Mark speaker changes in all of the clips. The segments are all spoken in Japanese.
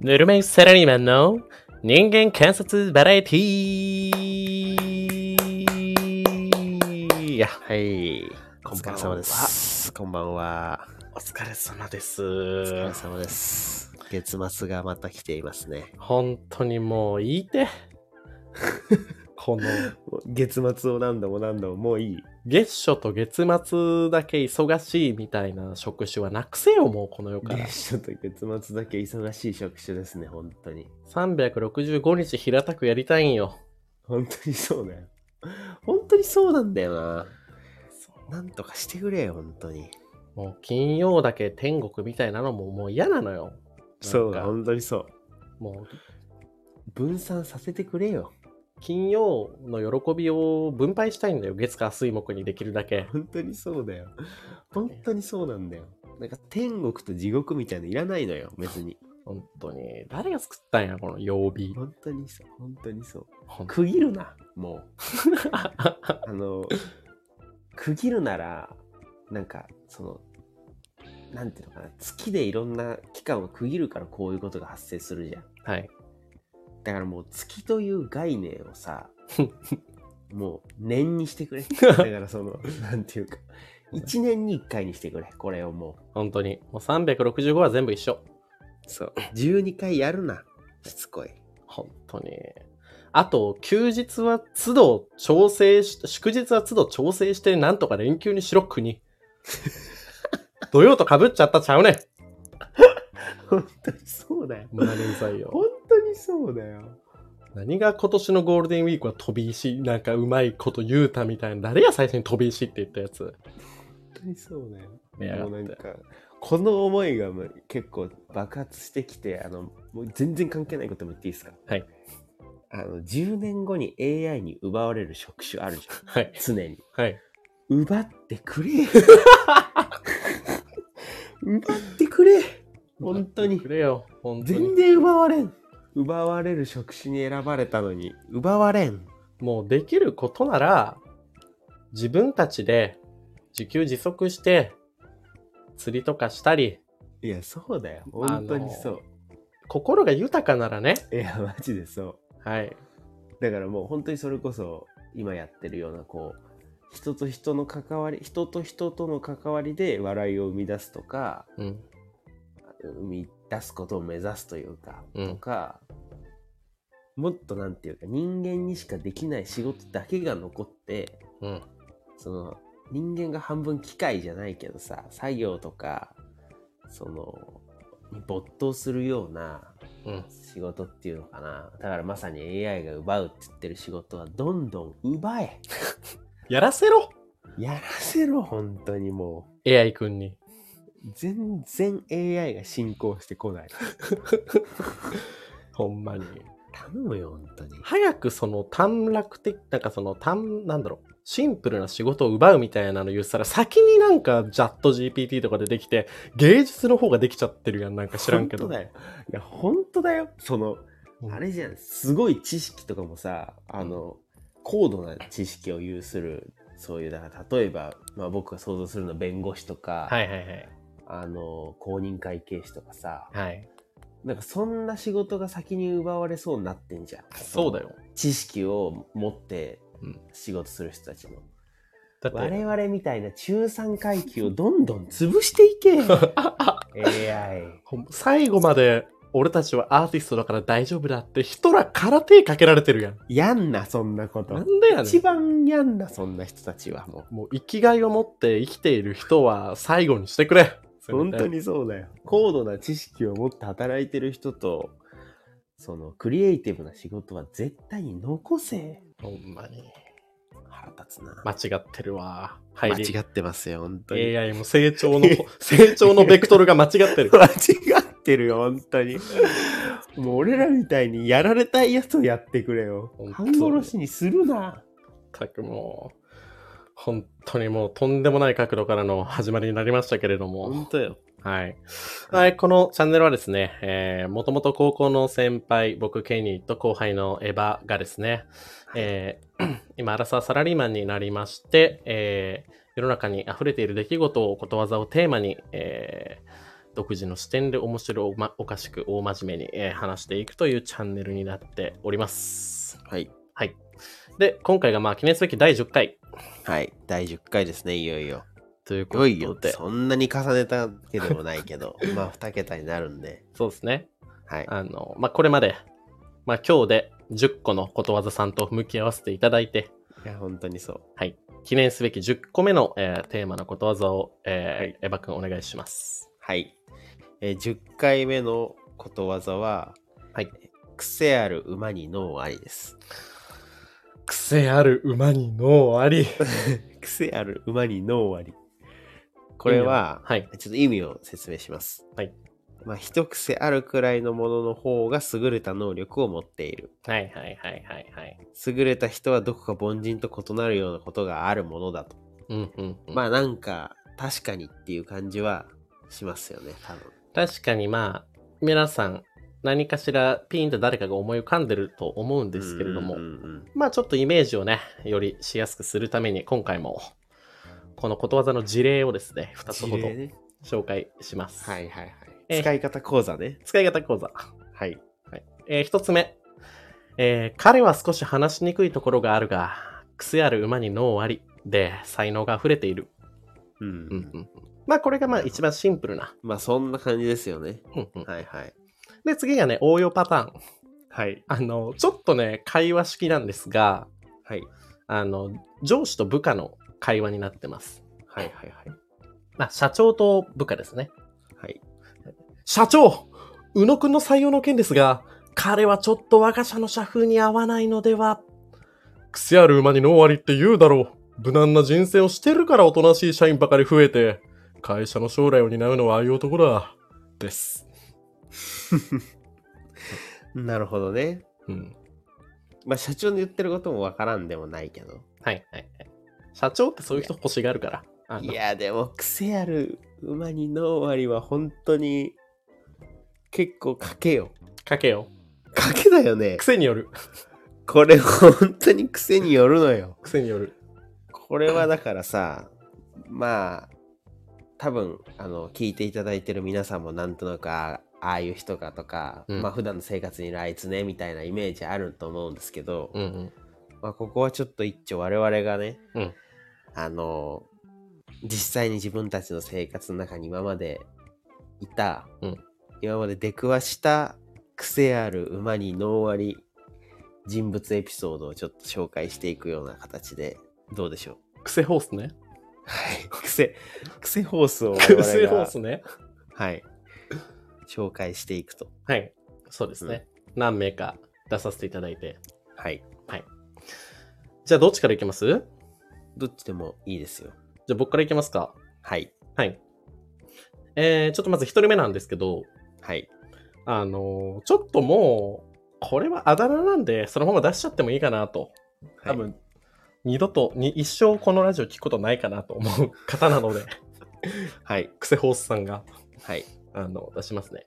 Speaker 1: ぬるめんサラリーマンの人間観察バラエティーはい。お疲れ様です。
Speaker 2: こんばんは。
Speaker 1: お疲れ様で
Speaker 2: お疲れ
Speaker 1: す。
Speaker 2: 様です。月末がまた来ていますね。
Speaker 1: 本当にもういいて。この
Speaker 2: 月末を何度も何度ももういい。
Speaker 1: 月初と月末だけ忙しいみたいな職種はなくせよ、もうこの世から。
Speaker 2: 月初と月末だけ忙しい職種ですね、本当に。
Speaker 1: 365日平たくやりたいんよ。
Speaker 2: 本当にそうだよ。本当にそうなんだよな。なんとかしてくれよ、本当に。
Speaker 1: もう金曜だけ天国みたいなのももう嫌なのよ。
Speaker 2: そう
Speaker 1: な
Speaker 2: だ、
Speaker 1: んか
Speaker 2: 本当にそう。
Speaker 1: もう
Speaker 2: 分散させてくれよ。
Speaker 1: 金曜の喜びを分配したいんだよ月火水木にできるだけ
Speaker 2: 本当にそうだよ。本当にそうなんだよ。なんか天国と地獄みたいのいらないのよ、別に。
Speaker 1: 本当に誰が作ったんやこの曜日
Speaker 2: 本当にそう、本当にそう。
Speaker 1: ほん
Speaker 2: 区切るなも うあの区切るならなんかそのなんていうのかな月でいろんな期間を区切るからこういうことが発生するじゃん
Speaker 1: はい
Speaker 2: だからもう月という概念を さもう年にしてく れだからそのなんていうか1年に1回にしてくれこれをも
Speaker 1: 本当にもう365は全部一緒
Speaker 2: うそう12回やるなしつこい
Speaker 1: 本当にあと休日は都度調整し祝日は都度調整してなんとか連休にしろ国 土曜とかぶっちゃったちゃうねん
Speaker 2: 本当に そうだよ
Speaker 1: ごめんなさいよ
Speaker 2: 本当にそうだよ
Speaker 1: 何が今年のゴールデンウィークは飛び石なんかうまいこと言うたみたいな誰や最初に飛び石って言ったやつ
Speaker 2: 本当にそうだよ
Speaker 1: いや
Speaker 2: もうなんかこの思いがもう結構爆発してきてあのもう全然関係ないことも言っていいですか
Speaker 1: はい
Speaker 2: あの10年後に AI に奪われる職種あるじゃん
Speaker 1: はい
Speaker 2: 常に
Speaker 1: はい
Speaker 2: 奪ってくれ 奪ってくれ本当に
Speaker 1: くれよ、本当に
Speaker 2: 全。然奪われん奪われる職種に選ばれたのに奪われん
Speaker 1: もうできることなら、自分たちで自給自足して、釣りとかしたり、
Speaker 2: いやそうだよ本当にそう、
Speaker 1: 心が豊かならね、
Speaker 2: いやマジでそう
Speaker 1: はい、
Speaker 2: だからもう本当にそれこそ今やってるようなこう人と人の関わり人と人との関わりで笑いを生み出すとか
Speaker 1: うん、
Speaker 2: 生み出すことを目指すというか、
Speaker 1: うん
Speaker 2: とかもっとなんていうか人間にしかできない仕事だけが残って
Speaker 1: うん、
Speaker 2: その人間が半分機械じゃないけどさ作業とかそのに没頭するような
Speaker 1: うん、
Speaker 2: 仕事っていうのかなだからまさに AI が奪うって言ってる仕事はどんどん奪え
Speaker 1: やらせろ
Speaker 2: やらせろ本当にも
Speaker 1: !AI 君に。
Speaker 2: う全然 AI が進行してこない
Speaker 1: ほんまに。
Speaker 2: 頼むよ本当に
Speaker 1: 早くその短絡的、なんかその短、なんだろう、シンプルな仕事を奪うみたいなの言ったら、先になんかチャット GPT とかでできて、芸術の方ができちゃってるやん、なんか知らんけど。
Speaker 2: 本当だよいや本当だよその
Speaker 1: うん
Speaker 2: あれじゃんすごい知識とかもさあの高度な知識を有するそういうだから例えば、まあ、僕が想像するのは弁護士とか、
Speaker 1: はいはいはい。
Speaker 2: あの公認会計士とかさ
Speaker 1: はい。
Speaker 2: なんかそんな仕事が先に奪われそうになってんじゃん
Speaker 1: そうだよ。
Speaker 2: 知識を持って
Speaker 1: うん
Speaker 2: 仕事する人たちの、
Speaker 1: だって
Speaker 2: 我、々みたいな中産階級をどんどん潰してい け AI
Speaker 1: ほん最後まで俺たちはアーティストだから大丈夫だって人らから手かけられてるやん。
Speaker 2: やんなそんなこと
Speaker 1: なんでやね
Speaker 2: 一
Speaker 1: ん。
Speaker 2: 番やんなそんな人たちはも
Speaker 1: もう生きがいを持って生きている人は最後にしてくれ。
Speaker 2: う本当。にそうだよ高度な知識を持って働いてる人とそのクリエイティブな仕事は絶対に残せ
Speaker 1: ほんまに。
Speaker 2: 腹立つな、
Speaker 1: 間違ってるわ。入り。
Speaker 2: 間違ってますよ本当に
Speaker 1: AI も成長の、 成長のベクトルが間違ってる。
Speaker 2: 間違ってるよ、本当に。もう俺らみたいにやられたいやつをやってくれよ
Speaker 1: 本。当
Speaker 2: 半
Speaker 1: に
Speaker 2: 殺しにするな。
Speaker 1: 全くもう、本当にもうとんでもない角度からの始まりになりましたけれども。
Speaker 2: 本当よ。
Speaker 1: はい。はい、このチャンネルはですね、えー、もともと高校の先輩、僕、ケニーと後輩のエヴァがですね、えー今、アラサーサラリーマンになりまして、えー世の中に溢れている出来事をことわざをテーマに、えー独自の視点で面白お,、ま、おかしく大真面目に、えー話していくというチャンネルになっております。
Speaker 2: はい。
Speaker 1: で、今回がまあ記念すべき第10回
Speaker 2: はい。第10回ですね、いよいよ。
Speaker 1: というこ
Speaker 2: い
Speaker 1: と
Speaker 2: よ
Speaker 1: で、
Speaker 2: いよって。そんなに重ねたわけでもないけど、 まあ、2桁になるんで。
Speaker 1: そうですね。
Speaker 2: はい。
Speaker 1: あの、まあ、これまで、まあ、今日で10個のことわざさんと向き合わせていただいて、
Speaker 2: いや、本当にそう。
Speaker 1: 記念すべき10個目の、えーテーマのことわざを、えーエヴァ君お願いします。
Speaker 2: はい。えー10回目のことわざは、
Speaker 1: はい。
Speaker 2: 癖ある馬に脳ありです。
Speaker 1: 癖ある馬に脳あり。
Speaker 2: 癖ある馬に脳あり。これは、
Speaker 1: はい。
Speaker 2: ちょっと意味を説明します。
Speaker 1: はい。
Speaker 2: まあ、一癖あるくらいのものの方が優れた能力を持っている。
Speaker 1: はいはいはいはいはい。
Speaker 2: 優れた人はどこか凡人と異なるようなことがあるものだと。
Speaker 1: うんうん、うん。
Speaker 2: まあ、なんか、確かにっていう感じはしますよね、多分。
Speaker 1: 確かにまあ、皆さん、何かしらピーンと誰かが思い浮かんでると思うんですけれども、
Speaker 2: うんうんうん
Speaker 1: まあちょっとイメージをね、よりしやすくするために、今回も、このことわざの事例をですね、2つほ
Speaker 2: 事
Speaker 1: ど
Speaker 2: 例ね
Speaker 1: 紹介します。
Speaker 2: はいはいはい。
Speaker 1: えー
Speaker 2: 使い方講座ね。
Speaker 1: 使い方講座。
Speaker 2: はい。
Speaker 1: えー一つ目、えー彼は少し話しにくいところがあるが、癖ある馬に脳ありで、才能が溢れている。
Speaker 2: うん
Speaker 1: うんうんうん、まあこれがまあ一番シンプルな。
Speaker 2: まあそんな感じですよね。
Speaker 1: うんうん
Speaker 2: はいはい。
Speaker 1: で、次がね、応用パターン。
Speaker 2: はい。
Speaker 1: あの、ちょっとね、会話式なんですが、
Speaker 2: はい。
Speaker 1: あの、上司と部下の会話になってます。
Speaker 2: はいはいはい。
Speaker 1: まあ、社長と部下ですね。
Speaker 2: はい。
Speaker 1: 社長宇野くんの採用の件ですが、彼はちょっと我が社の社風に合わないのでは癖ある馬に脳ありって言うだろう。無難な人生をしてるからおとなしい社員ばかり増えて、会社の将来を担うのはああいう男だ。です。
Speaker 2: なるほどね。
Speaker 1: うん。
Speaker 2: まあ社長の言ってることもわからんでもないけど。
Speaker 1: はいはいはい。社長ってそういう人欲しがるから。あの
Speaker 2: いやでも癖ある馬に脳割りは本当に結構賭けよ。
Speaker 1: かけよう。
Speaker 2: 賭けだよね。
Speaker 1: 癖による。
Speaker 2: これ本当に癖によるのよ。
Speaker 1: 癖による。
Speaker 2: これはだからさ、まあ、多分あの聞いていただいてる皆さんもなんとなくあああいう人かとか、
Speaker 1: うん
Speaker 2: まあ普段の生活にいるあいつねみたいなイメージあると思うんですけど、
Speaker 1: うんうん。
Speaker 2: まあここはちょっと一丁我々がね、
Speaker 1: うん
Speaker 2: あの実際に自分たちの生活の中に今までいた、
Speaker 1: うん
Speaker 2: 今まで出くわした癖ある馬に脳割り人物エピソードをちょっと紹介していくような形でどうでしょう
Speaker 1: 癖ホースね。
Speaker 2: はい。 癖、癖ホースを我々が。
Speaker 1: 癖ホースね。
Speaker 2: はい。紹介していくと。
Speaker 1: はい。そうですね。何名か出させていただいて。
Speaker 2: はい。
Speaker 1: じゃあどっちからいきますじゃ
Speaker 2: どっちでもいいですよ。
Speaker 1: あ僕からいきますか。
Speaker 2: はい。
Speaker 1: はい。えー、ちょっとまず一人目なんですけど、
Speaker 2: はい。
Speaker 1: あのーちょっともう、これはあだ名なんで、そのまま出しちゃってもいいかなと。多分、二度と、に一生このラジオ聞くことないかなと思う 方なので、
Speaker 2: はい。
Speaker 1: 癖ホースさんが。
Speaker 2: はい。
Speaker 1: あの、出しますね。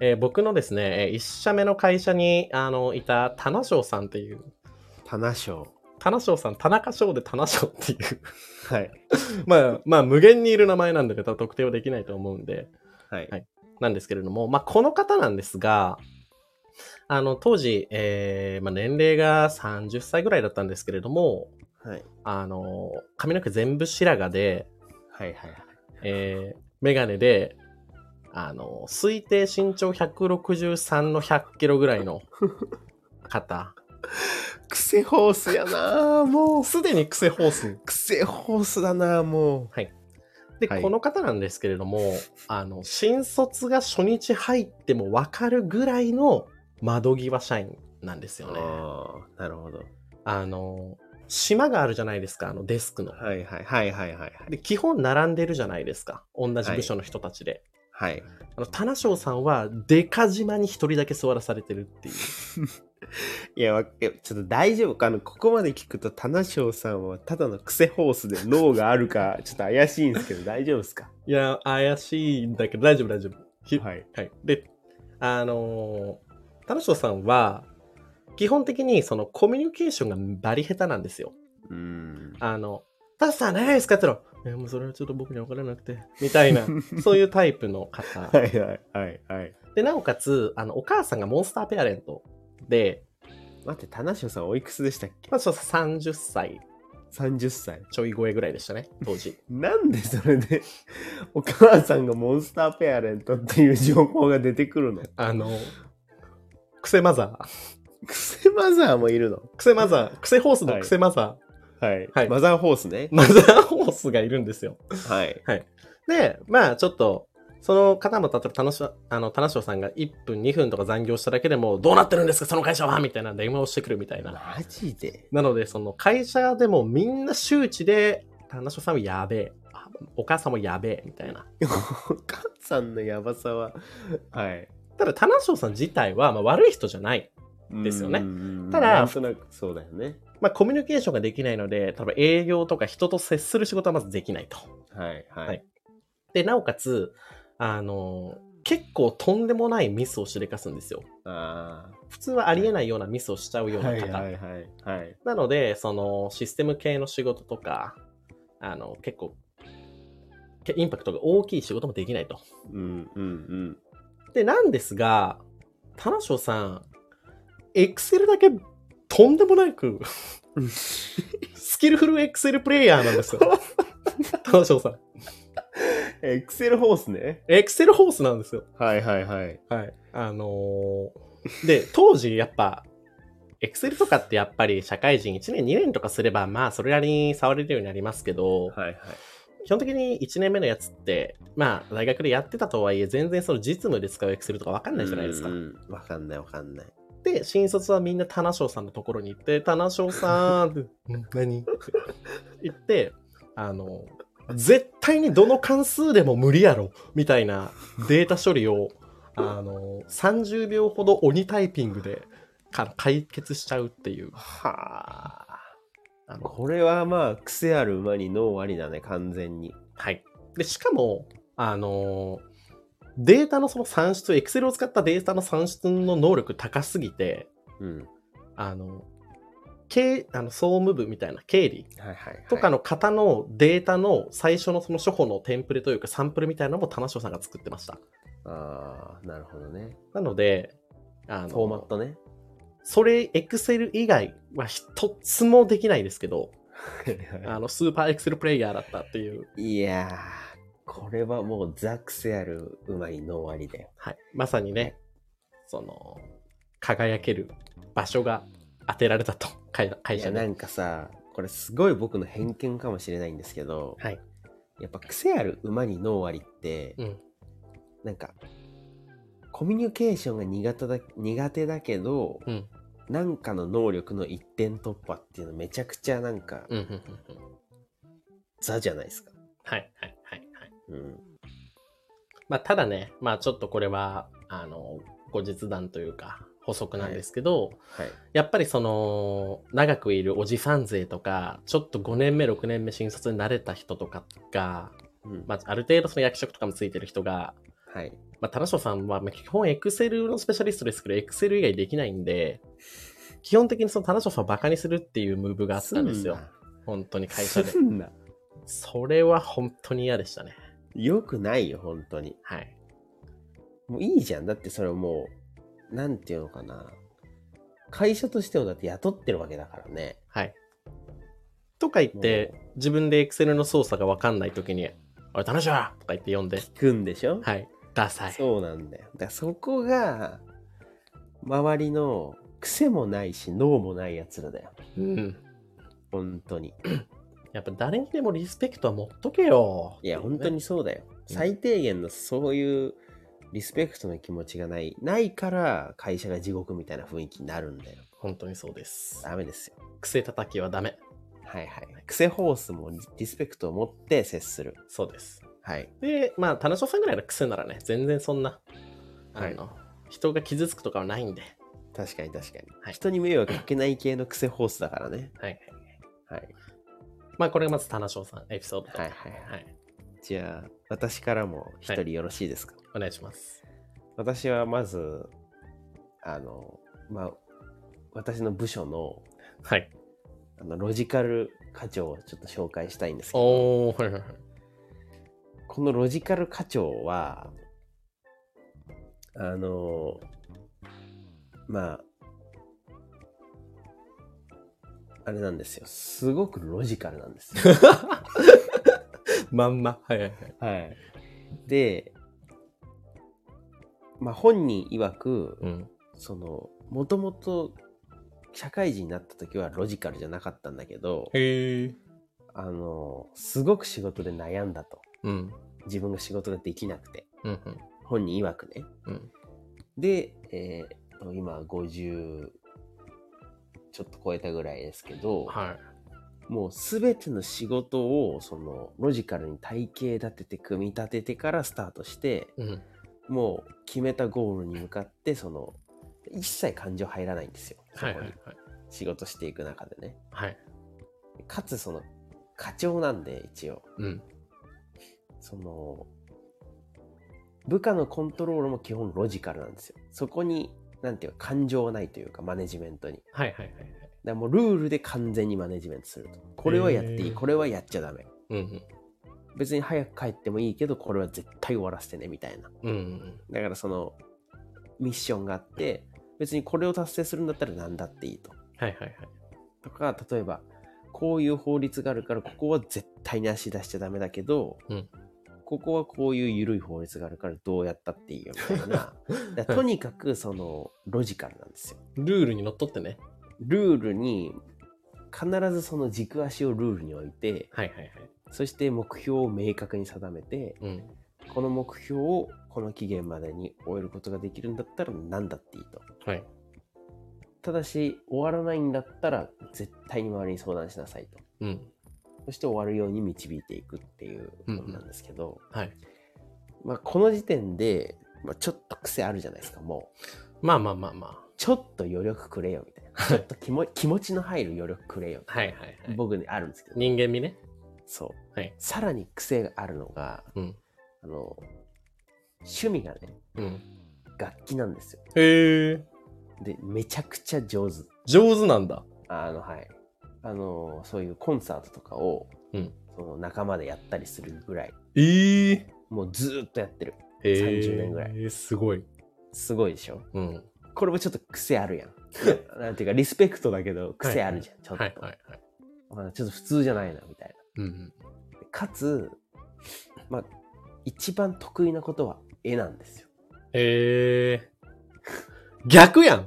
Speaker 1: えー僕のですね、えー一社目の会社に、あの、いた、田名翔さんっていう、
Speaker 2: 棚賞。
Speaker 1: 田名翔さん、田中翔で田名翔っていう、
Speaker 2: はい。
Speaker 1: まあ、まあ、無限にいる名前なんで、多分特定はできないと思うんで、
Speaker 2: はい。
Speaker 1: はいなんですけれども、まあ、この方なんですが、あの、当時、えーまあ、年齢が30歳ぐらいだったんですけれども、
Speaker 2: はい。
Speaker 1: あの、髪の毛全部白髪で、
Speaker 2: はい。はい。
Speaker 1: えー、メガネで、あの、推定身長163の100キロぐらいの方。
Speaker 2: 癖ホースやなぁもう。
Speaker 1: すでに癖ホース。
Speaker 2: 癖ホースだなぁも
Speaker 1: で、
Speaker 2: はい
Speaker 1: この方なんですけれども、あの、新卒が初日入ってもわかるぐらいの窓際社員なんです
Speaker 2: う。
Speaker 1: よね。
Speaker 2: ああ、なるほど。
Speaker 1: あの、島があるじゃないですか、あのデスクの。
Speaker 2: はい。はい。はい。はい。はい。
Speaker 1: で、基本並んでるじゃないですか。同じ部署の人たちで。
Speaker 2: はい。
Speaker 1: あの、田名翔さんは、デカ島に一人だけ座らされてるっていう。
Speaker 2: いや、わえちょっと大丈夫かあの、ここまで聞くと、棚翔さんはただの癖ホースで脳がある か、ちょっと怪しいんですけど、大丈夫ですか
Speaker 1: いや、怪しいんだけど、大丈夫、大丈夫。ひはい。
Speaker 2: はい。
Speaker 1: で、あのー、田野さんは、基本的にそのコミュニケーションがバリ下手なんですよ。
Speaker 2: うん。
Speaker 1: あの、タスさん長いですかって言ったら、えもうそれはちょっと僕には分からなくて、みたい な、そういうタイプの方。
Speaker 2: はいはいはいはい。
Speaker 1: で、なおかつ、あの、お母さんがモンスターペアレントで、
Speaker 2: 待って、田中さんおいくつでしたっけ
Speaker 1: まあ、そう30歳
Speaker 2: ?30 歳。
Speaker 1: ちょい超えぐらいでしたね、当時。
Speaker 2: なんでそれでお母さんがモンスターペアレントっていう情報が出てくるの
Speaker 1: あの、クセマザー。
Speaker 2: クセマザーもいるの
Speaker 1: クセマザー。クセホースのクセマザー。
Speaker 2: はい、
Speaker 1: はい
Speaker 2: マザーホースね。
Speaker 1: マザーホースがいるんですよ。
Speaker 2: はい。
Speaker 1: で、まあちょっと、その方も例えば、田野さんあの、田中さんが1分、2分とか残業しただけでも、どうなってるんですか、その会社はみたいな電話をしてくるみたいな。
Speaker 2: マジで
Speaker 1: なので、その会社でもみんな周知で、旦那さんはやべえ、あお母さんもやべえ、みたいな。
Speaker 2: お母さんのやばさは、はい。
Speaker 1: ただ、田中さん自体は、まあ、悪い人じゃない。ですよね
Speaker 2: ね
Speaker 1: ただ
Speaker 2: なんとなくそうだよね。
Speaker 1: まあ、コミュニケーションができないので、多分営業とか人と接する仕事はまずできないと。
Speaker 2: はいはい。
Speaker 1: はいで、なおかつ、あの、結構とんでもないミスをしでかすんですよ。
Speaker 2: あ
Speaker 1: 普通はありえないようなミスをしちゃう
Speaker 2: あ。
Speaker 1: ような
Speaker 2: はい
Speaker 1: 方。
Speaker 2: はいはいはい。
Speaker 1: なので、そのシステム系の仕事とか、あの、結構、けインパクトが大きい仕事もできないと。
Speaker 2: うんうんうん。
Speaker 1: で、なんですが、田中さん、エクセルだけとんでもな く、スキルフルエクセルプレイヤーなん ですよ。田中さん。
Speaker 2: エクセルホースね。
Speaker 1: エクセルホースなんですよ。
Speaker 2: はいはいはい。
Speaker 1: はい。あのーで、当時やっぱ、エクセルとかってやっぱり社会人1年2年とかすれば、まあそれなりに触れるようになりますけど、
Speaker 2: はいはい。
Speaker 1: 基本的に1年目のやつって、まあ大学でやってたとはいえ、全然その実務で使うエクセルとかわかんないじゃないですか
Speaker 2: うん。うんわかんないわかんない。
Speaker 1: で、新卒はみんな田中さんのところに行って、田中さんって、 うん何って言って、あの、絶対にどの関数でも無理やろ、みたいなデータ処理を、あの、30秒ほど鬼タイピングでか解決しちゃうっていう。
Speaker 2: はあ。これはまあ、癖ある馬に脳ありだね、完全に。
Speaker 1: はい。で、しかも、あの、データのその算出、Excel を使ったデータの算出の能力高すぎて、
Speaker 2: うん。
Speaker 1: あの、経あの総務部みたいな経理
Speaker 2: はいはい、はい。
Speaker 1: とかの型のデータの最初のその初歩のテンプレというかサンプルみたいなのも田中さんが作ってました。
Speaker 2: ああ、なるほどね。
Speaker 1: なので、あの
Speaker 2: フォーマットね。
Speaker 1: それ、Excel 以外は一つもできないですけど、あの、スーパー Excel プレイヤーだったっていう、
Speaker 2: いやー、これはもうザクセある馬に脳ありだよ。
Speaker 1: はい、まさにね、その、輝ける場所が当てられたと、会
Speaker 2: い
Speaker 1: 会社
Speaker 2: や、な
Speaker 1: に。
Speaker 2: んかさ、これすごい僕の偏見かもしれないんですけど、
Speaker 1: はい
Speaker 2: やっぱ癖ある馬に脳ありって、
Speaker 1: うん。
Speaker 2: なんか、コミュニケーションが苦手だ苦手だけど、
Speaker 1: うん
Speaker 2: なんかの能力の一点突破っていうのめちゃくちゃなんか、
Speaker 1: うんうんうんうん。
Speaker 2: ザじゃないですか。
Speaker 1: はい、はい、はい、はい。
Speaker 2: うん。
Speaker 1: まあ、ただね、まあ、ちょっとこれは、あの、後日談というか、補足なんですけど、
Speaker 2: はい。
Speaker 1: やっぱりその、長くいるおじさん勢とか、ちょっと5年目、6年目新卒に慣れた人とかが、
Speaker 2: うん
Speaker 1: まあ、ある程度その役職とかもついてる人が、
Speaker 2: はい。
Speaker 1: まあ、田中さんは、まあ、基本エクセルのスペシャリストですけど、エクセル以外できないんで、基本的にその田中さんをバカにするっていうムーブがあったんですよ。本当に会社
Speaker 2: すんな。
Speaker 1: で。
Speaker 2: すんな。
Speaker 1: それは本当に嫌でしたね。
Speaker 2: よくないよ、本当に。
Speaker 1: はい。
Speaker 2: もういいじゃん。だってそれもう、なんていうのかな。会社としてもだって雇ってるわけだからね。
Speaker 1: はい。とか言って、自分でエクセルの操作がわかんないときに、おい、田中とか言って呼んで、
Speaker 2: 聞くんでしょ、
Speaker 1: はい。ダサい。
Speaker 2: そうなんだよ。だからそこが、周りの癖もないし、脳もないやつらだよ。
Speaker 1: うん。
Speaker 2: 本当に。
Speaker 1: やっぱ誰にでもリスペクトは持っとけよ。
Speaker 2: いや、本当
Speaker 1: に。
Speaker 2: にそうだよ。最低限のそういうリスペクトの気持ちがない。ないから、会社が地獄みたいな雰囲気になるんだよ。
Speaker 1: 本当にそうです。
Speaker 2: ダメですよ。
Speaker 1: 癖叩きはダメ。
Speaker 2: はいはい。癖ホースもリスペクトを持って接する。
Speaker 1: そうです。
Speaker 2: はい。
Speaker 1: で、まあ、田中さんぐらいの癖ならね、全然そんな、あの、人が傷つくとかはないんで。
Speaker 2: 確かに確かに、
Speaker 1: はい
Speaker 2: 人に迷惑かけない系の癖ホースだからね
Speaker 1: はい。
Speaker 2: はい
Speaker 1: まあ、これがまず田中さん、エピソードと。
Speaker 2: はいはいはい
Speaker 1: はい。
Speaker 2: じゃあ私からも一
Speaker 1: は
Speaker 2: 人よろしいですか、
Speaker 1: お願いします。
Speaker 2: 私はまずあのまあ私の部署の
Speaker 1: はい。
Speaker 2: あのロジカル課長をちょっと紹介したいんですけど、
Speaker 1: おー、はいはいはい。
Speaker 2: このロジカル課長は、あの、まあ、あれなんですよ。すごくロジカルなんですよ。
Speaker 1: まんま。はいはいはい。
Speaker 2: はい。で、まあ本人曰く、
Speaker 1: うん。
Speaker 2: その、もともと社会人になった時はロジカルじゃなかったんだけど、
Speaker 1: へえ。
Speaker 2: あの、すごく仕事で悩んだと。
Speaker 1: うん。
Speaker 2: 自分が仕事ができなくて。
Speaker 1: うん
Speaker 2: 本人曰くね。
Speaker 1: うん。
Speaker 2: で、えーと今50ちょっと超えたぐらいですけど、
Speaker 1: はい。
Speaker 2: もう全ての仕事をそのロジカルに体系立てて組み立ててからスタートして、
Speaker 1: うん。
Speaker 2: もう決めたゴールに向かってその一切感情入らないんですよ。
Speaker 1: はいはい
Speaker 2: そ
Speaker 1: は
Speaker 2: こ
Speaker 1: い
Speaker 2: に。仕事していく中でね。
Speaker 1: はい。
Speaker 2: かつその課長なんで一応
Speaker 1: うん。
Speaker 2: その部下のコントロールも基本ロジカルなんですよ。そこになんていうか感情はないというかマネジメントに。
Speaker 1: はいはいはい。
Speaker 2: だからもうルールで完全にマネジメントすると。これはやっていい、
Speaker 1: へー
Speaker 2: これはやっちゃダメ。
Speaker 1: うん。
Speaker 2: 別に早く帰ってもいいけど、これは絶対終わらせてね、みたいな。
Speaker 1: うん。
Speaker 2: だからその、ミッションがあって、別にこれを達成するんだったら何だっていいと。
Speaker 1: はいはいはい。
Speaker 2: とか、例えば、こういう法律があるから、ここは絶対に足出しちゃダメだけど、
Speaker 1: うん
Speaker 2: ここはこういう緩い法律があるから、どうやったっていいよ、みた いな。だからとにかく、その、ロジカルなんですよ。
Speaker 1: ルールにのっとってね。
Speaker 2: ルールに、必ずその軸足をルールに置いて、
Speaker 1: はいはいはい。
Speaker 2: そして目標を明確に定めて、
Speaker 1: うん。
Speaker 2: この目標をこの期限までに終えることができるんだったら何だっていいと。
Speaker 1: はい。
Speaker 2: ただし、終わらないんだったら絶対に周りに相談しなさいと。
Speaker 1: うん。
Speaker 2: そして終わるように導いていくっていうことなんですけど、
Speaker 1: はい。
Speaker 2: まあ、この時点で、まあ、ちょっと癖あるじゃないですか、もう。
Speaker 1: まあまあまあま
Speaker 2: ちょっと余力くれよみたいな。ちょっと気も気持ちの入る余力くれよ。
Speaker 1: あ。はいはいはい。
Speaker 2: 僕にあるんですけど、
Speaker 1: 人間味ね。
Speaker 2: そう、
Speaker 1: はい
Speaker 2: さらに癖があるのが、
Speaker 1: うん。
Speaker 2: あの、趣味がね、
Speaker 1: うん。
Speaker 2: 楽器なんですよ。
Speaker 1: へえ。
Speaker 2: で、めちゃくちゃ上手。
Speaker 1: 上手なんだ。
Speaker 2: あの、はい。あの、そういうコンサートとかを、
Speaker 1: うん
Speaker 2: その仲間でやったりするぐらい、
Speaker 1: ええ。
Speaker 2: もうずーっとやってる。
Speaker 1: へえ。
Speaker 2: 30年ぐらい
Speaker 1: えー、すごい。
Speaker 2: すごいでしょ
Speaker 1: うん。
Speaker 2: これもちょっと癖あるやん。なんていうか、リスペクトだけど、癖あるじゃん、ちょっと。
Speaker 1: はいはいはい。
Speaker 2: まあちょっと普通じゃないな、みたい
Speaker 1: うん。
Speaker 2: な。かつ、まあ、一番得意なことは絵なんですよ。
Speaker 1: へえ。逆やん。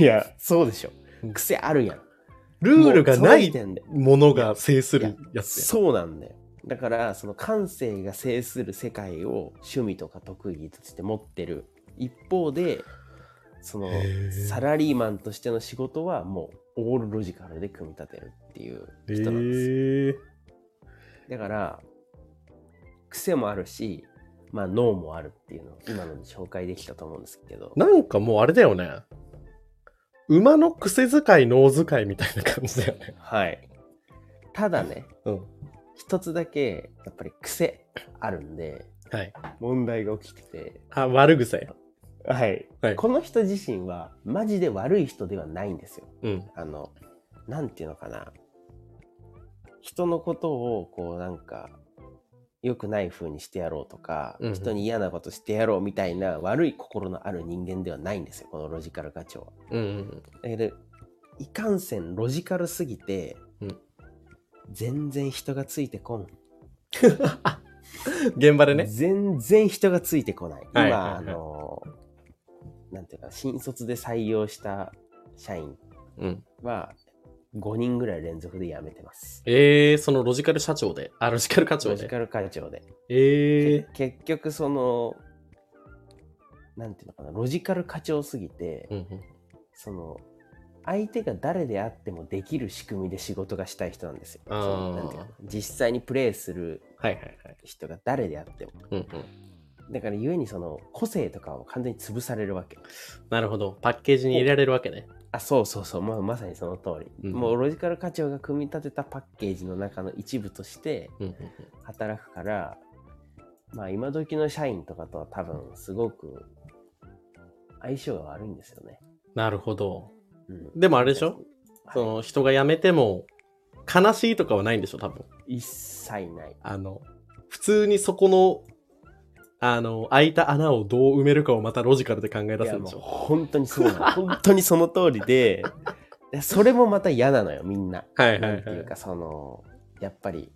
Speaker 2: いや、そうでしょ
Speaker 1: うん。
Speaker 2: 癖あるやん。
Speaker 1: ルールがな
Speaker 2: もう
Speaker 1: い
Speaker 2: その時点で
Speaker 1: ものが制するやつ
Speaker 2: そうなんだよ。だから、その感性が制する世界を趣味とか得意として持ってる一方で、その
Speaker 1: へー
Speaker 2: サラリーマンとしての仕事はもうオールロジカルで組み立てるっていう
Speaker 1: やん。
Speaker 2: 人なんですよ。
Speaker 1: へえ。
Speaker 2: だから、癖もあるし、まあ脳もあるっていうのを今ので紹介できたと思うんですけど、
Speaker 1: なんかもうあれだよね。馬の癖遣い、脳遣いみたいな感じだよね。
Speaker 2: はい。ただね、
Speaker 1: うん。
Speaker 2: 一つだけやっぱり癖あるんで、
Speaker 1: はい。
Speaker 2: 問題が起きてて、
Speaker 1: あ、悪癖。
Speaker 2: はい、
Speaker 1: はい
Speaker 2: この人自身はマジで悪い人ではないんですよ。
Speaker 1: うん。
Speaker 2: あの、なんていうのかな。人のことをこうなんか、良くない風にしてやろうとか、
Speaker 1: うんうん
Speaker 2: 人に嫌なことしてやろうみたいな悪い心のある人間ではないんですよ、このロジカル課長は。
Speaker 1: うんうん
Speaker 2: だけど、いかんせんロジカルすぎて、
Speaker 1: うん
Speaker 2: 全然人がついてこん。
Speaker 1: うん。現場でね。
Speaker 2: 全然人がついてこない。今、
Speaker 1: はいはいはい
Speaker 2: あの、なんていうか、新卒で採用した社員
Speaker 1: うん。
Speaker 2: は、5人ぐらい連続で辞めてます。
Speaker 1: えー、そのロジカル社長で。あ、ロジカル課長
Speaker 2: ロジ
Speaker 1: で
Speaker 2: カ。ル会長で。
Speaker 1: えー
Speaker 2: け。結局、その、なんていうのかな、ロジカル課長すぎて、
Speaker 1: うんうん。
Speaker 2: その、相手が誰であってもできる仕組みで仕事がしたい人なんですよ。そ
Speaker 1: あー
Speaker 2: のなんていうかな実際にプレイする
Speaker 1: はいはいはい。
Speaker 2: 人が誰であっても。
Speaker 1: うんうん。
Speaker 2: だから、故にその、個性とかを完全に潰されるわけ。
Speaker 1: なるほど。パッケージに入れられるわけね。
Speaker 2: あそうそうそう、まあ、まさにその通り、
Speaker 1: うん
Speaker 2: もうロジカル課長が組み立てたパッケージの中の一部として
Speaker 1: うんうん
Speaker 2: 働くからまあ今時の社員とかとは多分すごく相性が悪いんですよね、
Speaker 1: なるほど。
Speaker 2: うん
Speaker 1: でもあれでしょ
Speaker 2: はい
Speaker 1: その人が辞めても、悲しいとかはないんでしょ、多分。
Speaker 2: 一切ない。
Speaker 1: あの、普通にそこの、あの、開いた穴をどう埋めるかをまたロジカルで考え
Speaker 2: い
Speaker 1: 出す
Speaker 2: や
Speaker 1: んで
Speaker 2: もう
Speaker 1: しょ。
Speaker 2: 本当にそ うなの。本当にその通りで、それもまた嫌なのよ、みんな。
Speaker 1: はいは
Speaker 2: なん
Speaker 1: い
Speaker 2: て。
Speaker 1: はいいう
Speaker 2: か、その、やっぱり、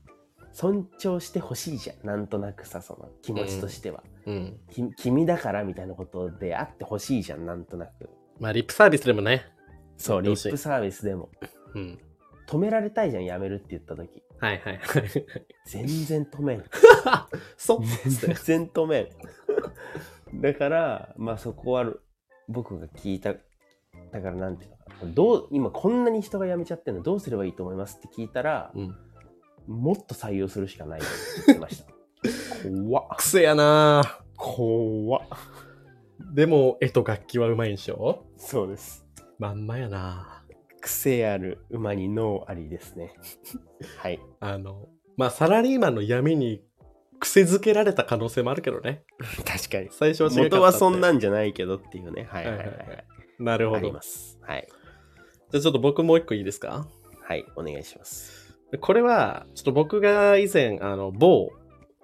Speaker 2: 尊重してほしいじゃん。なんとなくさ、その気持ちとしては。
Speaker 1: うん。
Speaker 2: き君だからみたいなことであってほしいじゃん、なんとなく。
Speaker 1: まあ、リップサービスでもね。
Speaker 2: そう、
Speaker 1: や
Speaker 2: リ
Speaker 1: ってほしい
Speaker 2: ップサービスでも。
Speaker 1: うん。
Speaker 2: 止められたいじゃん、やめるって言った時。
Speaker 1: はいはいはい。
Speaker 2: 全然止めん。
Speaker 1: そう。
Speaker 2: 全然止めん。 だから、まあそこは僕が聞いた、だからなんていうのかな。どう、今こんなに人が辞めちゃってるのどうすればいいと思いますって聞いたら、
Speaker 1: うん。
Speaker 2: もっと採用するしかないって言ってました。怖っ。
Speaker 1: 癖やなぁ
Speaker 2: 怖っ。
Speaker 1: でも、絵と楽器はうまいんでしょ
Speaker 2: そうです。
Speaker 1: まんまやなぁ
Speaker 2: 癖ある馬に脳ありですね。はい。
Speaker 1: あの、まあ、サラリーマンの闇に癖づけられた可能性もあるけどね。
Speaker 2: 確かに。
Speaker 1: 最初は違かったって
Speaker 2: 元はそん。なんじゃないけどっていうね。はいい
Speaker 1: は
Speaker 2: はいい
Speaker 1: は
Speaker 2: はいい
Speaker 1: は
Speaker 2: はいい。
Speaker 1: なるほ
Speaker 2: あり
Speaker 1: ど
Speaker 2: ま。す。はい。
Speaker 1: じゃあちょっと僕もう一個いいですか
Speaker 2: はい、お願いします。
Speaker 1: これは、ちょっと僕が以前、あの、某、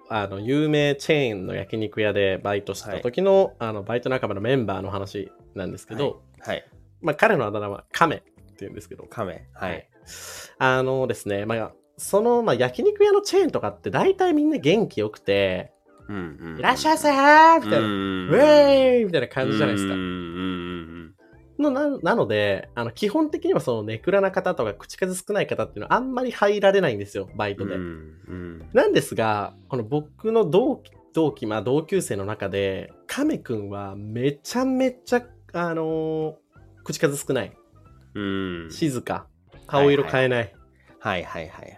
Speaker 1: あの、有名チェーンの焼肉屋でバイトしてた時の、あの、バイト仲間のメンバーの話なんですけど、
Speaker 2: はい。
Speaker 1: まあ、彼のあだ名はカメって言うんですけど、
Speaker 2: カメ。はい。。
Speaker 1: あのですね、まあ、その、まあ、焼肉屋のチェーンとかって大体みんな元気よくて、
Speaker 2: うんうんうん
Speaker 1: いらっしゃいませーみたいな、ウ
Speaker 2: ウ
Speaker 1: ェー
Speaker 2: イ
Speaker 1: イみたいな感じじゃないですか
Speaker 2: うん。うん
Speaker 1: のななのであの、基本的にはそのネクラな方とか口数少ない方っていうのはあんまり入られないんですよ、バイ
Speaker 2: う
Speaker 1: ト
Speaker 2: ん
Speaker 1: で。
Speaker 2: うん。
Speaker 1: なんですが、この僕の同期、同期、まあ同級生の中で、亀くんはめちゃめちゃ、あのー口数少ない。
Speaker 2: うんうん。
Speaker 1: 静か。顔色変えない。
Speaker 2: はいはいはいはい。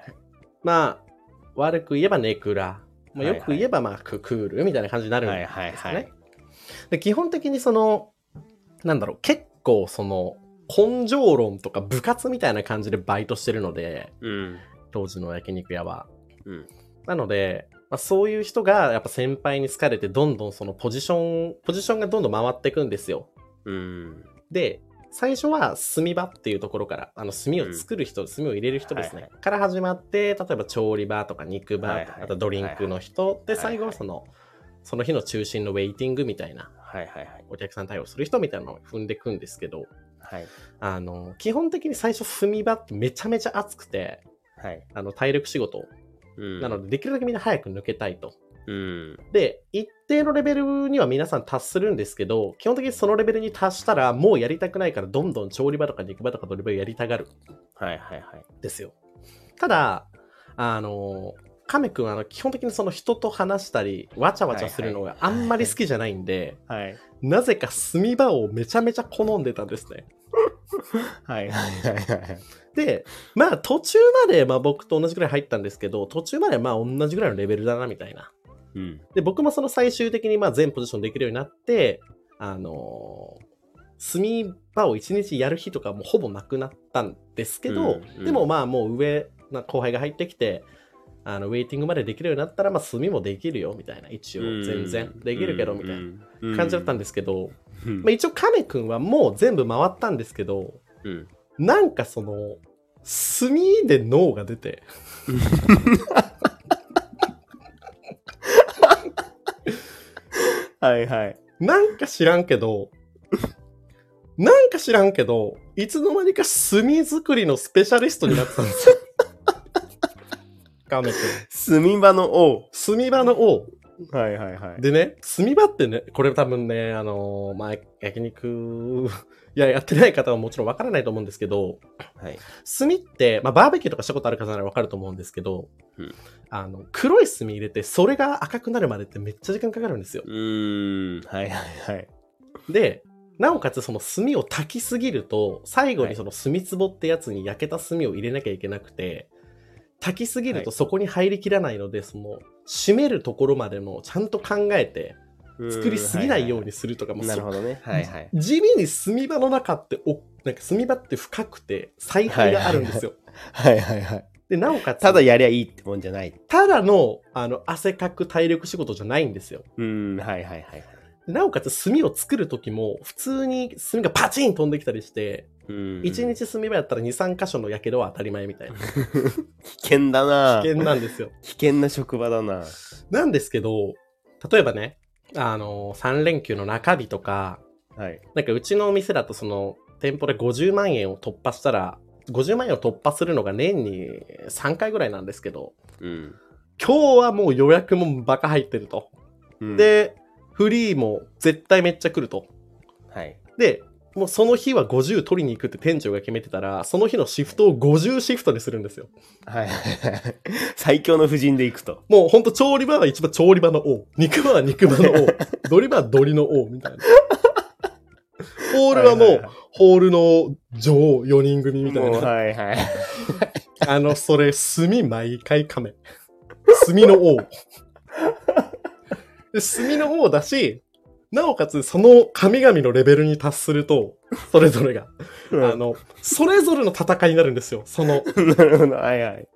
Speaker 1: まあ、悪く言えばネクラ。まあ、
Speaker 2: は
Speaker 1: よ
Speaker 2: いはい
Speaker 1: く言えば、まあ、ククールみたいな感じになるん
Speaker 2: はい
Speaker 1: で
Speaker 2: はい
Speaker 1: すよ
Speaker 2: は
Speaker 1: ね
Speaker 2: い。。
Speaker 1: で基本的にその、なんだろう、結構その、根性論とか部活みたいな感じでバイトしてるので、
Speaker 2: うん。
Speaker 1: 当時の焼肉屋は。
Speaker 2: うん
Speaker 1: なので、まあ、そういう人がやっぱ先輩に好かれてどんどんそのポジションポジションがどんどん回っていくんですよ
Speaker 2: うん。
Speaker 1: で最初は炭場っていうところからあの炭を作る人、炭を入れる人ですね、
Speaker 2: はい
Speaker 1: から始まって例えば調理場とか肉場とか、
Speaker 2: はいはい
Speaker 1: あとドリンクの人、で最後はその、その日の中心のウェイティングみたいな
Speaker 2: はいはいはい。
Speaker 1: お客さん対応する人みたいなのを踏んでいくんですけど
Speaker 2: はい
Speaker 1: あの基本的に最初炭場ってめちゃめちゃ熱くて
Speaker 2: はい。
Speaker 1: あの体力仕事
Speaker 2: うん
Speaker 1: なのでできるだけみんな早く抜けたいと
Speaker 2: うん。
Speaker 1: で、一定のレベルには皆さん達するんですけど、基本的にそのレベルに達したら、もうやりたくないから、どんどん調理場とか肉場とかドリブルやりたがる
Speaker 2: はいはいはい。
Speaker 1: んですよ。ただ、あの、亀くんはあの基本的にその人と話したり、わちゃわちゃするのがあんまり好きじゃないんで、
Speaker 2: はい。
Speaker 1: なぜか炭場をめちゃめちゃ好んでたんですね。
Speaker 2: はいはいはいはい。
Speaker 1: で、まあ途中まで、まあ僕と同じぐらい入ったんですけど、途中までまあ同じぐらいのレベルだなみたいな。
Speaker 2: うん。
Speaker 1: で、僕もその最終的にまあ全ポジションできるようになって、あのー、炭場を1日やる日とかもうほぼなくなったんですけど、
Speaker 2: うんうん
Speaker 1: でもまあもう上な後輩が入ってきて、あのウェイティングまでできるようになったら、まあ炭もできるよみたいな、一応全然できるけどみたい
Speaker 2: い
Speaker 1: な感じだったん
Speaker 2: で。
Speaker 1: ですけど、
Speaker 2: うん
Speaker 1: まあ、一応亀くんはもう全部回ったんですけど、
Speaker 2: うん。
Speaker 1: なんかその、炭で脳が出て。
Speaker 2: はいはい。
Speaker 1: なんか知らんけど、 なんか知らんけど、いつの間にか炭作りのスペシャリストになってたんですよ。カメ
Speaker 2: 炭場の王。
Speaker 1: 君。炭場の王。
Speaker 2: はいはいはい。
Speaker 1: でね、炭場ってね、これ多分ね、あのーまあ、焼肉、 いや、やってない方はもちろんわからないと思うんですけど、
Speaker 2: はい。
Speaker 1: 炭って、まあ、バーベキューとかしたことある方ならわかると思うんですけど、
Speaker 2: うん
Speaker 1: あの、黒い炭入れて、それが赤くなるまでってめっちゃ時間かかるんですよ。
Speaker 2: うーん。はいはい はい。
Speaker 1: でなおかつその炭を焚きすぎると最後にその炭壺ってやつに焼けた炭を入れなきゃいけなくて焚きすぎると
Speaker 2: はい
Speaker 1: そこに入りきらないので、その締めるところまでもちゃんと考えて作りすぎないようにするとかも
Speaker 2: なるほ
Speaker 1: そ
Speaker 2: どね。はいはい。
Speaker 1: う地味に炭場の中っておなんか炭場って深くて采配があるんですよ。
Speaker 2: はいはいはい。
Speaker 1: でなおかつ
Speaker 2: ただやりゃいいってもんじゃない。
Speaker 1: ただのあの汗かく体力仕事じゃないんですよ。
Speaker 2: うん、はいはいはい。
Speaker 1: なおかつ炭を作る時も、普通に炭がパチン飛んできたりして、
Speaker 2: うん
Speaker 1: 1日炭場やったら2、3箇所の火傷は当たり前みたいな。
Speaker 2: 危険だな
Speaker 1: 危険なんです よ。
Speaker 2: 危険な職場だな
Speaker 1: なんですけど、例えばね、あの、3連休の中日とか、
Speaker 2: はい
Speaker 1: なんかうちのお店だとその、店舗で50万円を突破したら、50万円を突破するのが年に3回ぐらいなんですけど、
Speaker 2: うん、
Speaker 1: 今日はもう予約もバカ入ってると。
Speaker 2: うん、
Speaker 1: で、フリーも絶対めっちゃ来ると。
Speaker 2: はい
Speaker 1: で、もうその日は50取りに行くって店長が決めてたら、その日のシフトを50シフトにするんですよ。
Speaker 2: はい最強の婦人で行くと
Speaker 1: もうほんと調理場は一番調理場の王。肉場は肉場の王。 ドリ場はドリの王みたいな。ホールはもう、ホールの女王4人組みたい
Speaker 2: もう
Speaker 1: な。
Speaker 2: はいはい
Speaker 1: あの、それ、炭毎回亀。炭の王。で炭の王だし、なおかつその神々のレベルに達すると、それぞれが、あの、それぞれの戦いになるんですよ。その、
Speaker 2: なるほどはいはい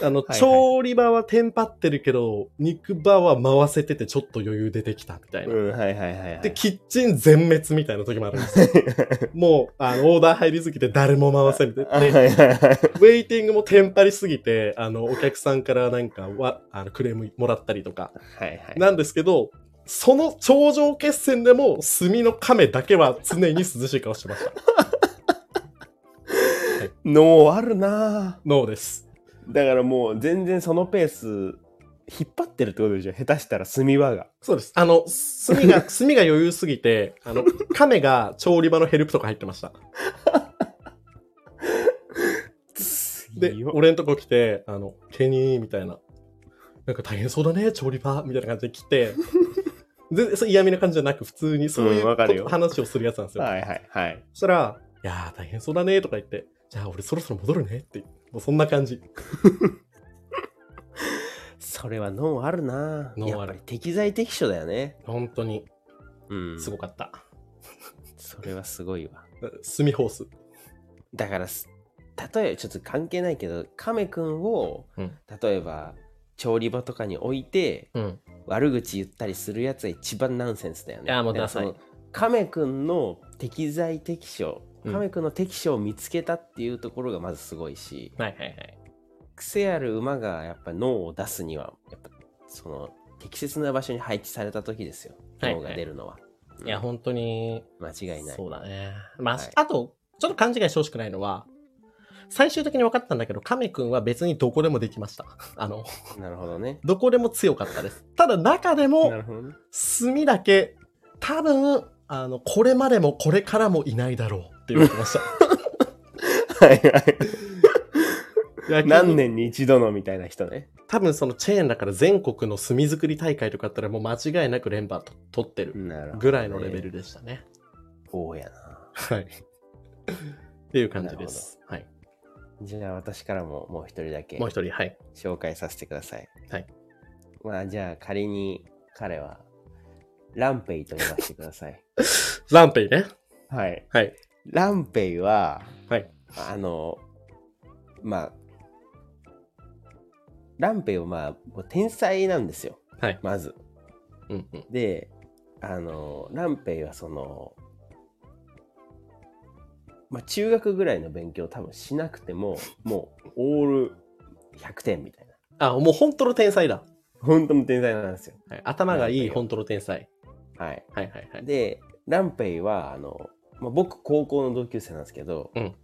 Speaker 1: あの、
Speaker 2: いはい
Speaker 1: 調理場はテンパってるけど、肉場は回せててちょっと余裕出てきたみたいな。
Speaker 2: うんはいはいはいはい
Speaker 1: で、キッチン全滅みたいな時もあるんで すよ。もう、あの、オーダー入りすぎて誰も回せみたいな。
Speaker 2: はい
Speaker 1: で
Speaker 2: はいはい
Speaker 1: ウェイティングもテンパりすぎて、あの、お客さんからなんかわあのクレームもらったりとか、
Speaker 2: はいはい
Speaker 1: なんですけど、その頂上決戦でも、炭の亀だけは常に涼しい顔してま した。
Speaker 2: 脳あるな
Speaker 1: ノーです。
Speaker 2: だからもう全然そのペース引っ張ってるってことでしょ下手したら炭場が
Speaker 1: そうです。あの、炭が、炭が余裕すぎて、あの、亀が調理場のヘルプとか入ってました。で、
Speaker 2: 強っ
Speaker 1: 俺んとこ来て、あの、ケニーみたいな。なんか大変そうだね、調理場みたいな感じで来 て、全然そう嫌味な感じじゃなく、普通にそういう
Speaker 2: うんわかるよ
Speaker 1: こと話をするやつなんですよ。
Speaker 2: はいはいはい
Speaker 1: そしたら、いやー大変そうだねとか言って、じゃあ俺そろそろ戻るねって、もうそんな感じ。
Speaker 2: それは脳あるな
Speaker 1: 脳ある
Speaker 2: やっぱり適材適所だよね
Speaker 1: 本当に、
Speaker 2: うん
Speaker 1: すごかった。
Speaker 2: それはすごいわ
Speaker 1: スミホース。
Speaker 2: だからす例えばちょっと関係ないけど亀くんを、
Speaker 1: うん
Speaker 2: 例えば調理場とかに置いて
Speaker 1: うん。
Speaker 2: 悪口言ったりするやつが一番ナンセンスだよね
Speaker 1: いやもう
Speaker 2: だからそ
Speaker 1: ダ
Speaker 2: の亀くんの適材適所
Speaker 1: うん
Speaker 2: 亀くんの適所を見つけたっていうところがまずすごいし、
Speaker 1: はいはいはい。
Speaker 2: 癖ある馬がやっぱ脳を出すにはやっぱその適切な場所に配置された時ですよ
Speaker 1: はい
Speaker 2: 脳が出るのは、
Speaker 1: いや、本当に、
Speaker 2: 間違いない
Speaker 1: そうだね。まあ、
Speaker 2: はい
Speaker 1: あと、ちょっと勘違いしてほしくないのは、最終的に分かったんだけど、亀くんは別にどこでもできました。 あの、
Speaker 2: なるほどね
Speaker 1: どこでも強かったです。ただ中で
Speaker 2: な
Speaker 1: も、
Speaker 2: るほど ね
Speaker 1: 炭だけ、多分、あの、これまでもこれからもいないだろうって言われてました。
Speaker 2: はいはい
Speaker 1: いや
Speaker 2: 何年に一度のみたいな人ね
Speaker 1: 多分そのチェーンだから全国の炭作り大会とかあったらもう間違いなく連覇と取ってる
Speaker 2: なるほどね
Speaker 1: ぐらいのレベルでしたね。
Speaker 2: そうやな
Speaker 1: はい。っていう感じです。はい。
Speaker 2: じゃあ私からももう一人だけ
Speaker 1: もう一人、はい。
Speaker 2: 紹介させてください
Speaker 1: はい
Speaker 2: まあじゃあ仮に彼はランペイと呼ばせてください
Speaker 1: ランペイね。
Speaker 2: はい
Speaker 1: はい。
Speaker 2: ランペイは、
Speaker 1: はい
Speaker 2: あの、まあ、ランペイはまあ、もう天才なんですよ、
Speaker 1: はい
Speaker 2: まず。
Speaker 1: うんうん。
Speaker 2: で、あの、ランペイはその、まあ、中学ぐらいの勉強多分しなくても、もう、オール100点みたいな。
Speaker 1: あ、もう本当の天才だ。
Speaker 2: 本当の天才なんですよ。
Speaker 1: はい、頭がい
Speaker 2: ラン
Speaker 1: い
Speaker 2: ペイ
Speaker 1: 本当の天才。
Speaker 2: はい。
Speaker 1: はいはいはい。
Speaker 2: でランペイはあの、まあ、僕高校の同級生なんですけど、
Speaker 1: うん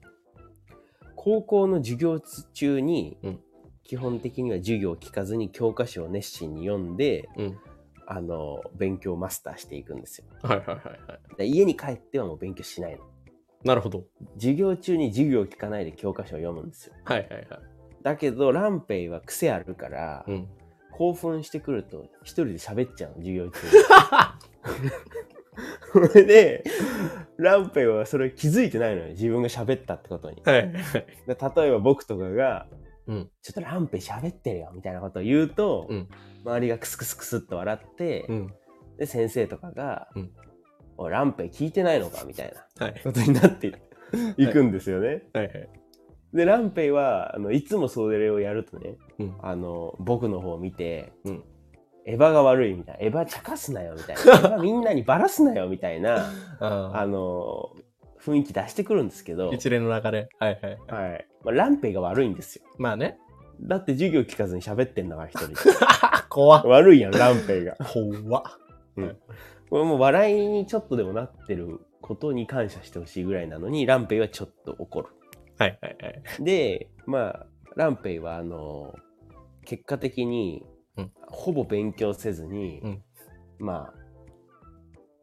Speaker 2: 高校の授業中に、
Speaker 1: うん
Speaker 2: 基本的には授業を聞かずに教科書を熱心に読んで
Speaker 1: うん。
Speaker 2: あの勉強をマスターしていくんですよ
Speaker 1: はいはいはいはい。
Speaker 2: で家に帰ってはもう勉強しないの
Speaker 1: なるほど。
Speaker 2: 授業中に授業を聞かないで教科書を読むんですよ
Speaker 1: はいはいはい。
Speaker 2: だけどランペイは癖あるから、
Speaker 1: うん。
Speaker 2: 興奮してくると一人で喋っちゃうの授業中
Speaker 1: は
Speaker 2: に それでランペイはそれ気づいてないのよ自分が喋ったってことに
Speaker 1: いはいはい。
Speaker 2: で例えば僕とかが、
Speaker 1: うん
Speaker 2: ちょっとランペ喋ってるよみたいなことを言うと、
Speaker 1: うん
Speaker 2: 周りがクスクスクスっと笑って、
Speaker 1: うん。
Speaker 2: で先生とかが「
Speaker 1: うん
Speaker 2: おいランペ聞いてないのか?」みたいな
Speaker 1: はい。
Speaker 2: ことになっていいくんですよね。
Speaker 1: はいはい。
Speaker 2: でランペイはあのいつもそれをやるとね、
Speaker 1: うん
Speaker 2: あの僕の方を見て、
Speaker 1: うん
Speaker 2: エヴァが悪いみたいな、エヴァ茶化すな よみたいな、エヴァみんなにばらすなよみたいな、
Speaker 1: あ
Speaker 2: あの雰囲気出してくるんですけど、
Speaker 1: ー一連の流れ。はいはい。
Speaker 2: はいまあ、ランペが悪いんですよ。
Speaker 1: まあね。
Speaker 2: だって授業聞かずに喋ってんだから一人で。
Speaker 1: 怖っ。
Speaker 2: 悪いやん、ランペ イが。
Speaker 1: 怖っ。
Speaker 2: これもう笑いにちょっとでもなってることに感謝してほしいぐらいなのに、ランペイはちょっと怒る。
Speaker 1: はいはいはい。
Speaker 2: で、まあ、ランペイは、あの、結果的に
Speaker 1: うん、
Speaker 2: ほぼ勉強せずに、
Speaker 1: うん
Speaker 2: まあ、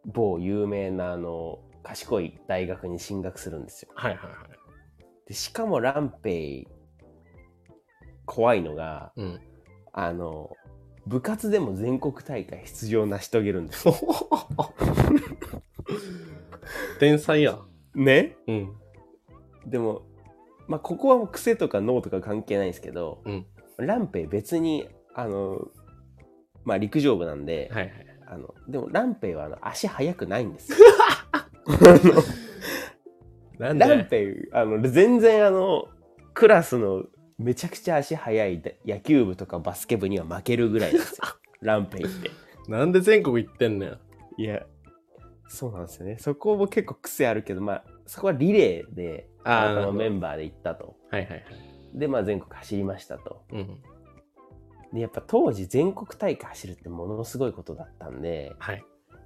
Speaker 2: 某有名な、あの、賢い大学に進学するんですよ。
Speaker 1: はいはいはい。
Speaker 2: でしかも、ランペイ、怖いのが、
Speaker 1: うん。
Speaker 2: あの、部活でも全国大会出場を成し遂げるんですよ。
Speaker 1: 天才やん。
Speaker 2: ね
Speaker 1: うん。
Speaker 2: でも、まあ、ここはもう癖とか脳とか関係ないんですけど、
Speaker 1: うん
Speaker 2: ランペイ別に、あの、まあ、陸上部なんで、
Speaker 1: はいはい。
Speaker 2: あのでもランペイはあの足速くないん ですよ。
Speaker 1: な
Speaker 2: ランペイ、あの全然あの、クラスのめちゃくちゃ足速い野球部とかバスケ部には負けるぐらいなんですよ。ランペイって。
Speaker 1: なんで全国行ってんねん。
Speaker 2: いや、そうなんですよね。そこも結構癖あるけど、まあ、そこはリレーで、
Speaker 1: あー
Speaker 2: あな
Speaker 1: な
Speaker 2: た
Speaker 1: る
Speaker 2: の
Speaker 1: ほど
Speaker 2: メンバーで行ったと。
Speaker 1: はいはいはい。
Speaker 2: で、まあ、全国走りましたと。
Speaker 1: うん。
Speaker 2: でやっぱ当時全国大会走るってものすごいことだったんで
Speaker 1: はい。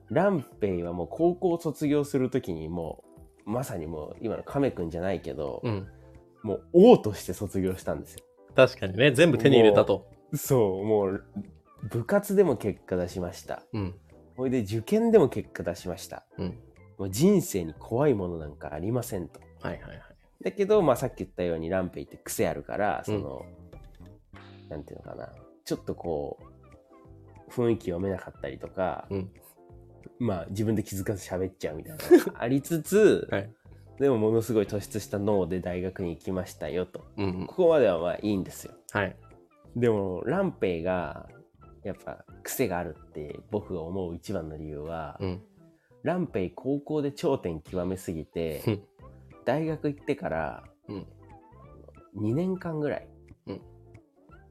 Speaker 2: ランペイはもう高校卒業する時にもうまさにもう今の亀くんじゃないけど、
Speaker 1: うん。
Speaker 2: もう王として卒業したんですよ
Speaker 1: 確かにね、全部手に入れたと。
Speaker 2: そうもう部活でも結果出しました
Speaker 1: うん。
Speaker 2: ほいで受験でも結果出しました、
Speaker 1: うん
Speaker 2: もう人生に怖いものなんかありませんと
Speaker 1: はいはいはい。
Speaker 2: だけど、まあ、さっき言ったようにランペイって癖あるからその、なんていうのかなちょっとこう雰囲気読めなかったりとか、
Speaker 1: うん
Speaker 2: まあ自分で気づかず喋っちゃうみたいな ありつつ、
Speaker 1: はい
Speaker 2: でもものすごい突出した脳で大学に行きましたよと
Speaker 1: うんうん。
Speaker 2: ここまではまあいいんですよ
Speaker 1: はい。
Speaker 2: でもランペイがやっぱ癖があるって僕が思う一番の理由は、
Speaker 1: うん。
Speaker 2: ランペイ高校で頂点極めすぎ
Speaker 1: う
Speaker 2: て
Speaker 1: ん
Speaker 2: 大学行ってから
Speaker 1: うん。
Speaker 2: 2年間ぐらい、
Speaker 1: うん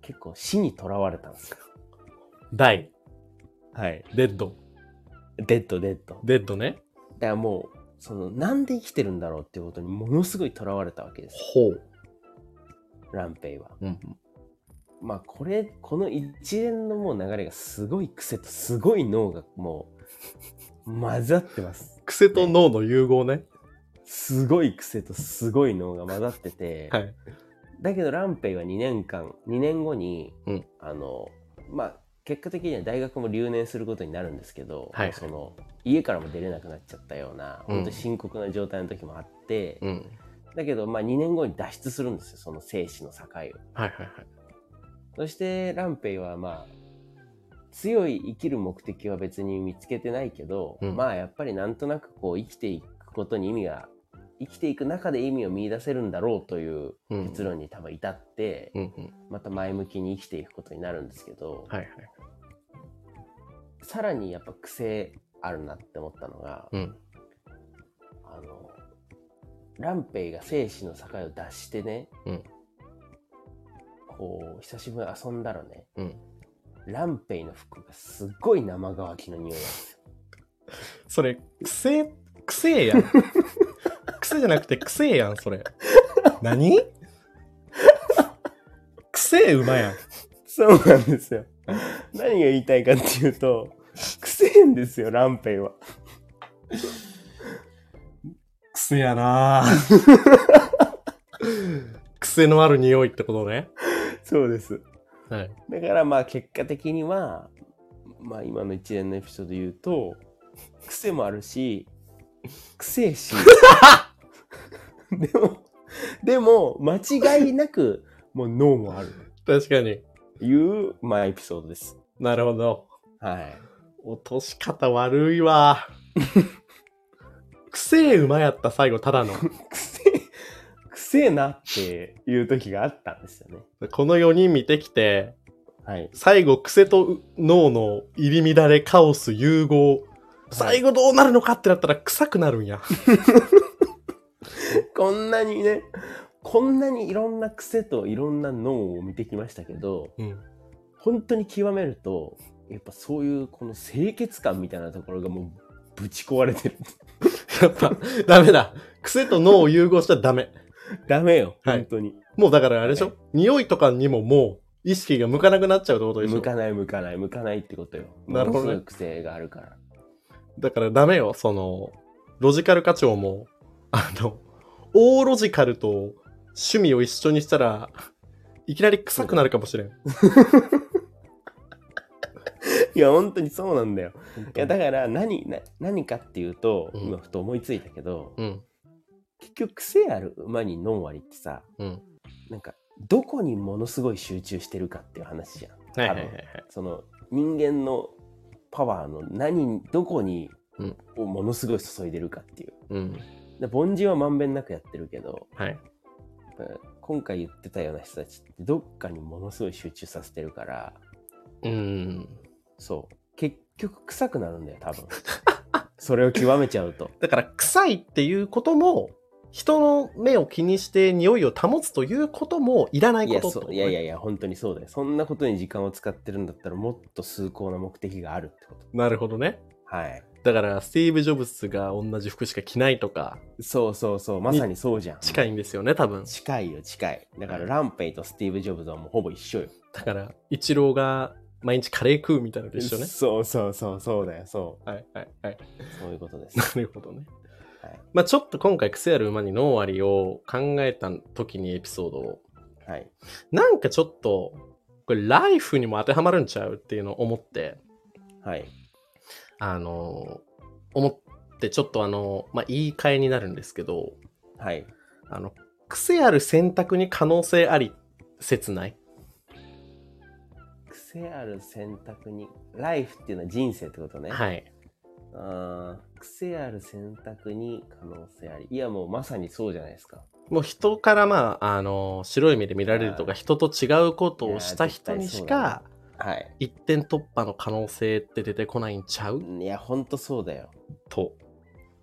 Speaker 2: 結構死にとらわれたんですよ
Speaker 1: ダイ。
Speaker 2: はい
Speaker 1: デッド。
Speaker 2: デッドデッドだか
Speaker 1: デッドね。
Speaker 2: らもうそのなんで生きてるんだろうっていうことにものすごいとらわれたわけですよ
Speaker 1: ほう。
Speaker 2: ランペイは
Speaker 1: うん。
Speaker 2: まあこれこの一連のもう流れがすごい癖とすごい脳がもう混ざってます
Speaker 1: 癖と脳の融合ね。
Speaker 2: すごい癖とすごい脳が混ざってて、
Speaker 1: はい。
Speaker 2: だけどランペイは2年間2年後に、
Speaker 1: うん
Speaker 2: あのまあ結果的には大学も留年することになるんですけど、
Speaker 1: はいはい
Speaker 2: その家からも出れなくなっちゃったような、
Speaker 1: うん
Speaker 2: 本当に深刻な状態の時もあって、
Speaker 1: うん。
Speaker 2: だけどまあ2年後に脱出するんですよその生死の境を。
Speaker 1: はいはいはい。
Speaker 2: そしてランペイはまあ強い生きる目的は別に見つけてないけど、
Speaker 1: うん
Speaker 2: まあやっぱりなんとなくこう生きていくことに意味が生きていく中で意味を見出せるんだろうという
Speaker 1: うん
Speaker 2: 結論に多分至って、
Speaker 1: うんうん。
Speaker 2: また前向きに生きていくことになるんですけど、
Speaker 1: はいはい。
Speaker 2: さらにやっぱ癖あるなって思ったのが、
Speaker 1: うん。
Speaker 2: あのランペイが生死の境を脱してね、
Speaker 1: うん
Speaker 2: こう久しぶりに遊んだらね、
Speaker 1: うん
Speaker 2: ランペイの服がすっごい生乾きの匂いが
Speaker 1: それ、癖、癖 やん。癖じゃなくて癖やん、それ。何癖馬やん。
Speaker 2: そうなんですよ何が言いたいかっていうと癖えんですよランペイは
Speaker 1: 癖やな癖のある匂いってことね。
Speaker 2: そうです
Speaker 1: はい。
Speaker 2: だからまあ結果的にはまあ今の一連のエピソードで言うと癖もあるし癖えしでもでも間違いなくもう脳もある
Speaker 1: 確かに。
Speaker 2: というまあエピソードです
Speaker 1: なるほど。
Speaker 2: はい
Speaker 1: 落とし方悪い わ。癖馬やった、最後、ただの。
Speaker 2: 癖癖えなっていう時があったんですよね
Speaker 1: この4人見てきて、
Speaker 2: はい
Speaker 1: 最後、癖と脳の入り乱れ、カオス、融合。最後どうなるのかってなったら臭くなるんや。
Speaker 2: こんなにねこんなにいろんな癖といろんな脳を見てきましたけど
Speaker 1: うん。
Speaker 2: 本当に極めるとやっぱそういうこの清潔感みたいなところがもうぶち壊れてる
Speaker 1: やっぱ、ダメだ。癖と脳を融合しちゃダメ。
Speaker 2: ダメよ、
Speaker 1: はい
Speaker 2: 本当に
Speaker 1: もうだからあれでしょ、
Speaker 2: はい
Speaker 1: 匂いとかにももう意識が向かなくなっちゃうってことでしょ
Speaker 2: 向かない向かない向かないってことよ
Speaker 1: なるほどね
Speaker 2: ものすごい癖があるから
Speaker 1: だからダメよ、その、ロジカル課長も、あの、オーロジカルと趣味を一緒にしたら、いきなり臭くなるかもしれん。
Speaker 2: いや本当にそうなんだよいやだ
Speaker 1: か
Speaker 2: から何な何かっていうと、
Speaker 1: うん
Speaker 2: 今ふと思いついたけど
Speaker 1: うん、
Speaker 2: 結局癖ある馬にノン割ってさ
Speaker 1: うん。
Speaker 2: なんかどこにものすごい集中してるかっていう話じゃん
Speaker 1: はいはいはいはい。
Speaker 2: その人間のパワーの何にどこに
Speaker 1: うん
Speaker 2: をものすごい注いでるかっていう
Speaker 1: うん。
Speaker 2: で凡人はまんべんなくやってるけど
Speaker 1: はい。
Speaker 2: やっぱ今回言ってたような人たちってどっかにものすごい集中させてるから
Speaker 1: うん。
Speaker 2: そう結局臭くなるんだよ 多分それを極めちゃうと
Speaker 1: だから、臭いっていうことも、人の目を気にして匂いを保つということもい らない
Speaker 2: い
Speaker 1: こ
Speaker 2: や
Speaker 1: と
Speaker 2: そういやいやいや本当にそうだよそんなことに時間を使ってるんだったらもっと崇高な目的があるってこと
Speaker 1: なるほどね。
Speaker 2: はい
Speaker 1: だから、スティーブ・ジョブズが同じ服しか着ないとか、
Speaker 2: そうそうそうまさにそうじゃん
Speaker 1: 近いんですよね、多分。
Speaker 2: 近いよ近いだからランペイとスティーブ・ジョブズはもうほぼ一緒よ
Speaker 1: だから、イチローが毎日カレー食うみたいなのと一緒ね。
Speaker 2: そうそうそうそうだよそ
Speaker 1: はいはいはい。
Speaker 2: うそういうことです
Speaker 1: なるほどね。
Speaker 2: はい
Speaker 1: まあちょっと今回、癖ある馬に脳割りを考えた時にエピソードを、
Speaker 2: はい
Speaker 1: なんかちょっと、これ、ライフにも当てはまるんちゃうっていうのを思って、
Speaker 2: はい
Speaker 1: あのー思って、ちょっとあのーまあ言い換えになるんですけど、
Speaker 2: はい
Speaker 1: あの、癖ある選択に可能性あり、切ない。
Speaker 2: 癖ある選択にライフっていうのは人生ってことね
Speaker 1: はい。
Speaker 2: あー癖ある選択に可能性ありいやもうまさにそうじゃないですか
Speaker 1: もう人からまあ、あのー白い目で見られるとか、
Speaker 2: は
Speaker 1: 人と違うことをした人にし
Speaker 2: いや絶対そうだね
Speaker 1: か、
Speaker 2: はい
Speaker 1: 一点突破の可能性って出てこないんちゃう
Speaker 2: いやほんとそうだよ
Speaker 1: と。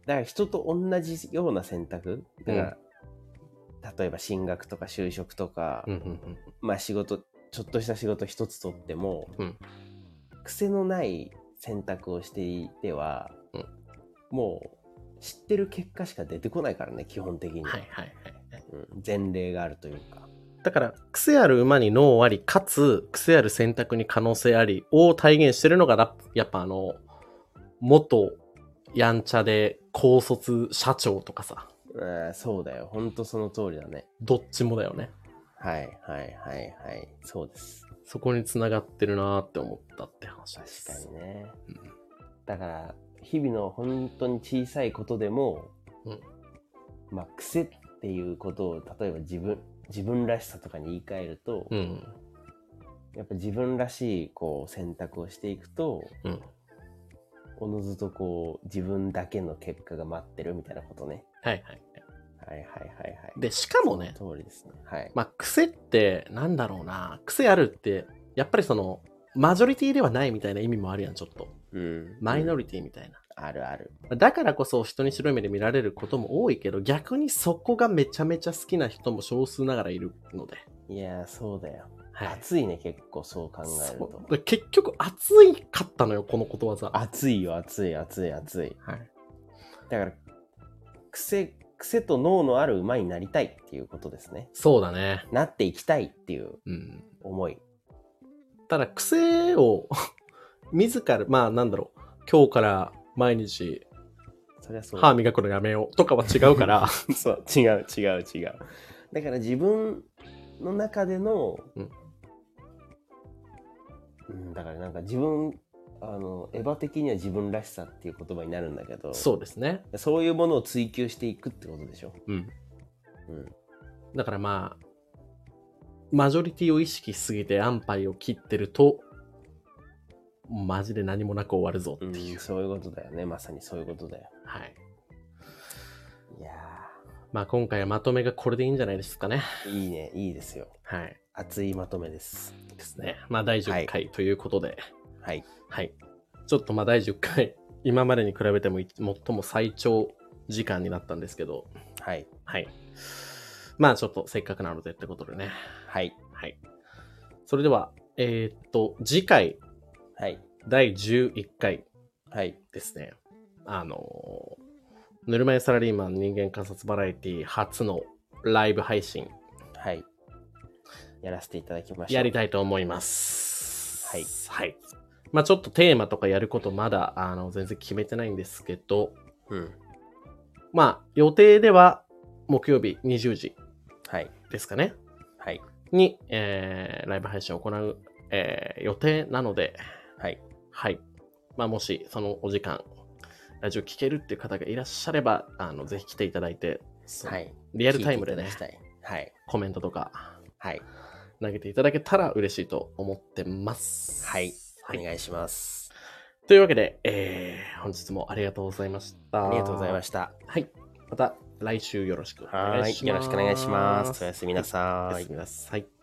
Speaker 2: だから人と同じような選択だから、例えば進学とか就職とか、
Speaker 1: うんうん
Speaker 2: まあ仕事ちょっとした仕事一つとっても、
Speaker 1: うん
Speaker 2: 癖のない選択をしていては、
Speaker 1: うん
Speaker 2: もう知ってる結果しか出てこないからね基本的に、
Speaker 1: うん。はいはいはい。
Speaker 2: うん前例があるというか
Speaker 1: だから、癖ある馬に脳あり、かつ、癖ある選択に可能性ありを体現してるのがラップ、やっぱあの、元やんちゃで高卒社長とかさ、
Speaker 2: うんそうだよほんとその通りだね
Speaker 1: どっちもだよね。
Speaker 2: はいはいはいはいそうです
Speaker 1: そこに繋がってるなーって思ったって話で
Speaker 2: 確
Speaker 1: す。
Speaker 2: かにね、
Speaker 1: うん
Speaker 2: だから日々の本当に小さいことでも、
Speaker 1: うん
Speaker 2: まあ癖っていうことを例えば自分自分らしさとかに言い換えると、
Speaker 1: うん。
Speaker 2: やっぱ自分らしいこう選択をしていくと
Speaker 1: うん。
Speaker 2: おのずとこう自分だけの結果が待ってるみたいなことね
Speaker 1: はいはい。
Speaker 2: はいはいはいはい
Speaker 1: で、しかもね、
Speaker 2: その通りですねはい
Speaker 1: まあ、癖ってなんだろうな癖あるってやっぱりそのマジョリティではないみたいな意味もあるやんちょっと
Speaker 2: うん
Speaker 1: マイノ
Speaker 2: リ
Speaker 1: リティみたいな、
Speaker 2: あるある
Speaker 1: だからこそ人に白い目で見られることも多いけど逆にそこがめちゃめちゃ好きな人も少数ながらいるので、
Speaker 2: いやーそうだよ
Speaker 1: はい、
Speaker 2: 熱いね結構そう考えると
Speaker 1: そう結局熱いかったのよこのことわざは
Speaker 2: 熱いよ熱い熱い熱い
Speaker 1: い、
Speaker 2: だから癖癖と脳のある馬になりたいっていうことですね
Speaker 1: そうだね
Speaker 2: なっていきたいっていう
Speaker 1: うん
Speaker 2: 思い
Speaker 1: ただ癖を 自らまあなんだろう今日から毎日
Speaker 2: そりゃそうだ
Speaker 1: 歯磨くのやめようとかは違うから
Speaker 2: そう違う違う違うだから自分の中での、
Speaker 1: うん
Speaker 2: うんだからなんか自分あのエヴァ的には自分らしさっていう言葉になるんだけど
Speaker 1: そうですね
Speaker 2: そういうものを追求していくってことでしょ、
Speaker 1: うん
Speaker 2: うん、
Speaker 1: だからまあ、マジョリティを意識しすぎて安牌を切ってると、マジで何もなく終わるぞっていう。
Speaker 2: そういうことだよねまさにそういうことだよ
Speaker 1: はい。
Speaker 2: いや
Speaker 1: まあ今回はまとめがこれでいいんじゃないですかね。
Speaker 2: ーいいねいいですよ
Speaker 1: はい。
Speaker 2: 熱いまとめです
Speaker 1: ですね。まあ第10
Speaker 2: は
Speaker 1: 回ということで、
Speaker 2: はい
Speaker 1: はい。ちょっとまあ第10回、今までに比べても最も最長時間になったんですけど、
Speaker 2: はい
Speaker 1: はい。まあちょっとせっかくなのでってことでね。
Speaker 2: はい
Speaker 1: はい。それでは、えーっと、次回、
Speaker 2: はい
Speaker 1: 第11回、はい、ですね。あのー、ぬるま湯サラリーマン人間観察バラエティ初のライブ配信
Speaker 2: はい。やらせていただきました。
Speaker 1: やりたいと思います。
Speaker 2: はい。
Speaker 1: はい。まあちょっとテーマとかやることまだ、あの、全然決めてないんですけど、
Speaker 2: うん。
Speaker 1: まあ予定では木曜日20時
Speaker 2: はい。
Speaker 1: ですかね。
Speaker 2: はい。
Speaker 1: に、えーライブ配信を行う、えー予定なので、
Speaker 2: はい。
Speaker 1: はい。まあ、もし、そのお時間、ラジオ聞けるっていう方がいらっしゃれば、あの、ぜひ来ていただいて、そう
Speaker 2: はい。
Speaker 1: リアルタイムでね
Speaker 2: 聞いていただきたいはい。
Speaker 1: コメントとか
Speaker 2: はい。
Speaker 1: 投げていただけたら嬉しいと思ってます。
Speaker 2: はい。
Speaker 1: はい
Speaker 2: お願いします。
Speaker 1: というわけで、えー本日もありがとうございました。
Speaker 2: ありがとうございま
Speaker 1: し
Speaker 2: した。
Speaker 1: た。はい。また来週よろしくお願いします。
Speaker 2: よろしくお願いします。おやすみなさ
Speaker 1: お
Speaker 2: ー
Speaker 1: や
Speaker 2: い
Speaker 1: す。みなさい。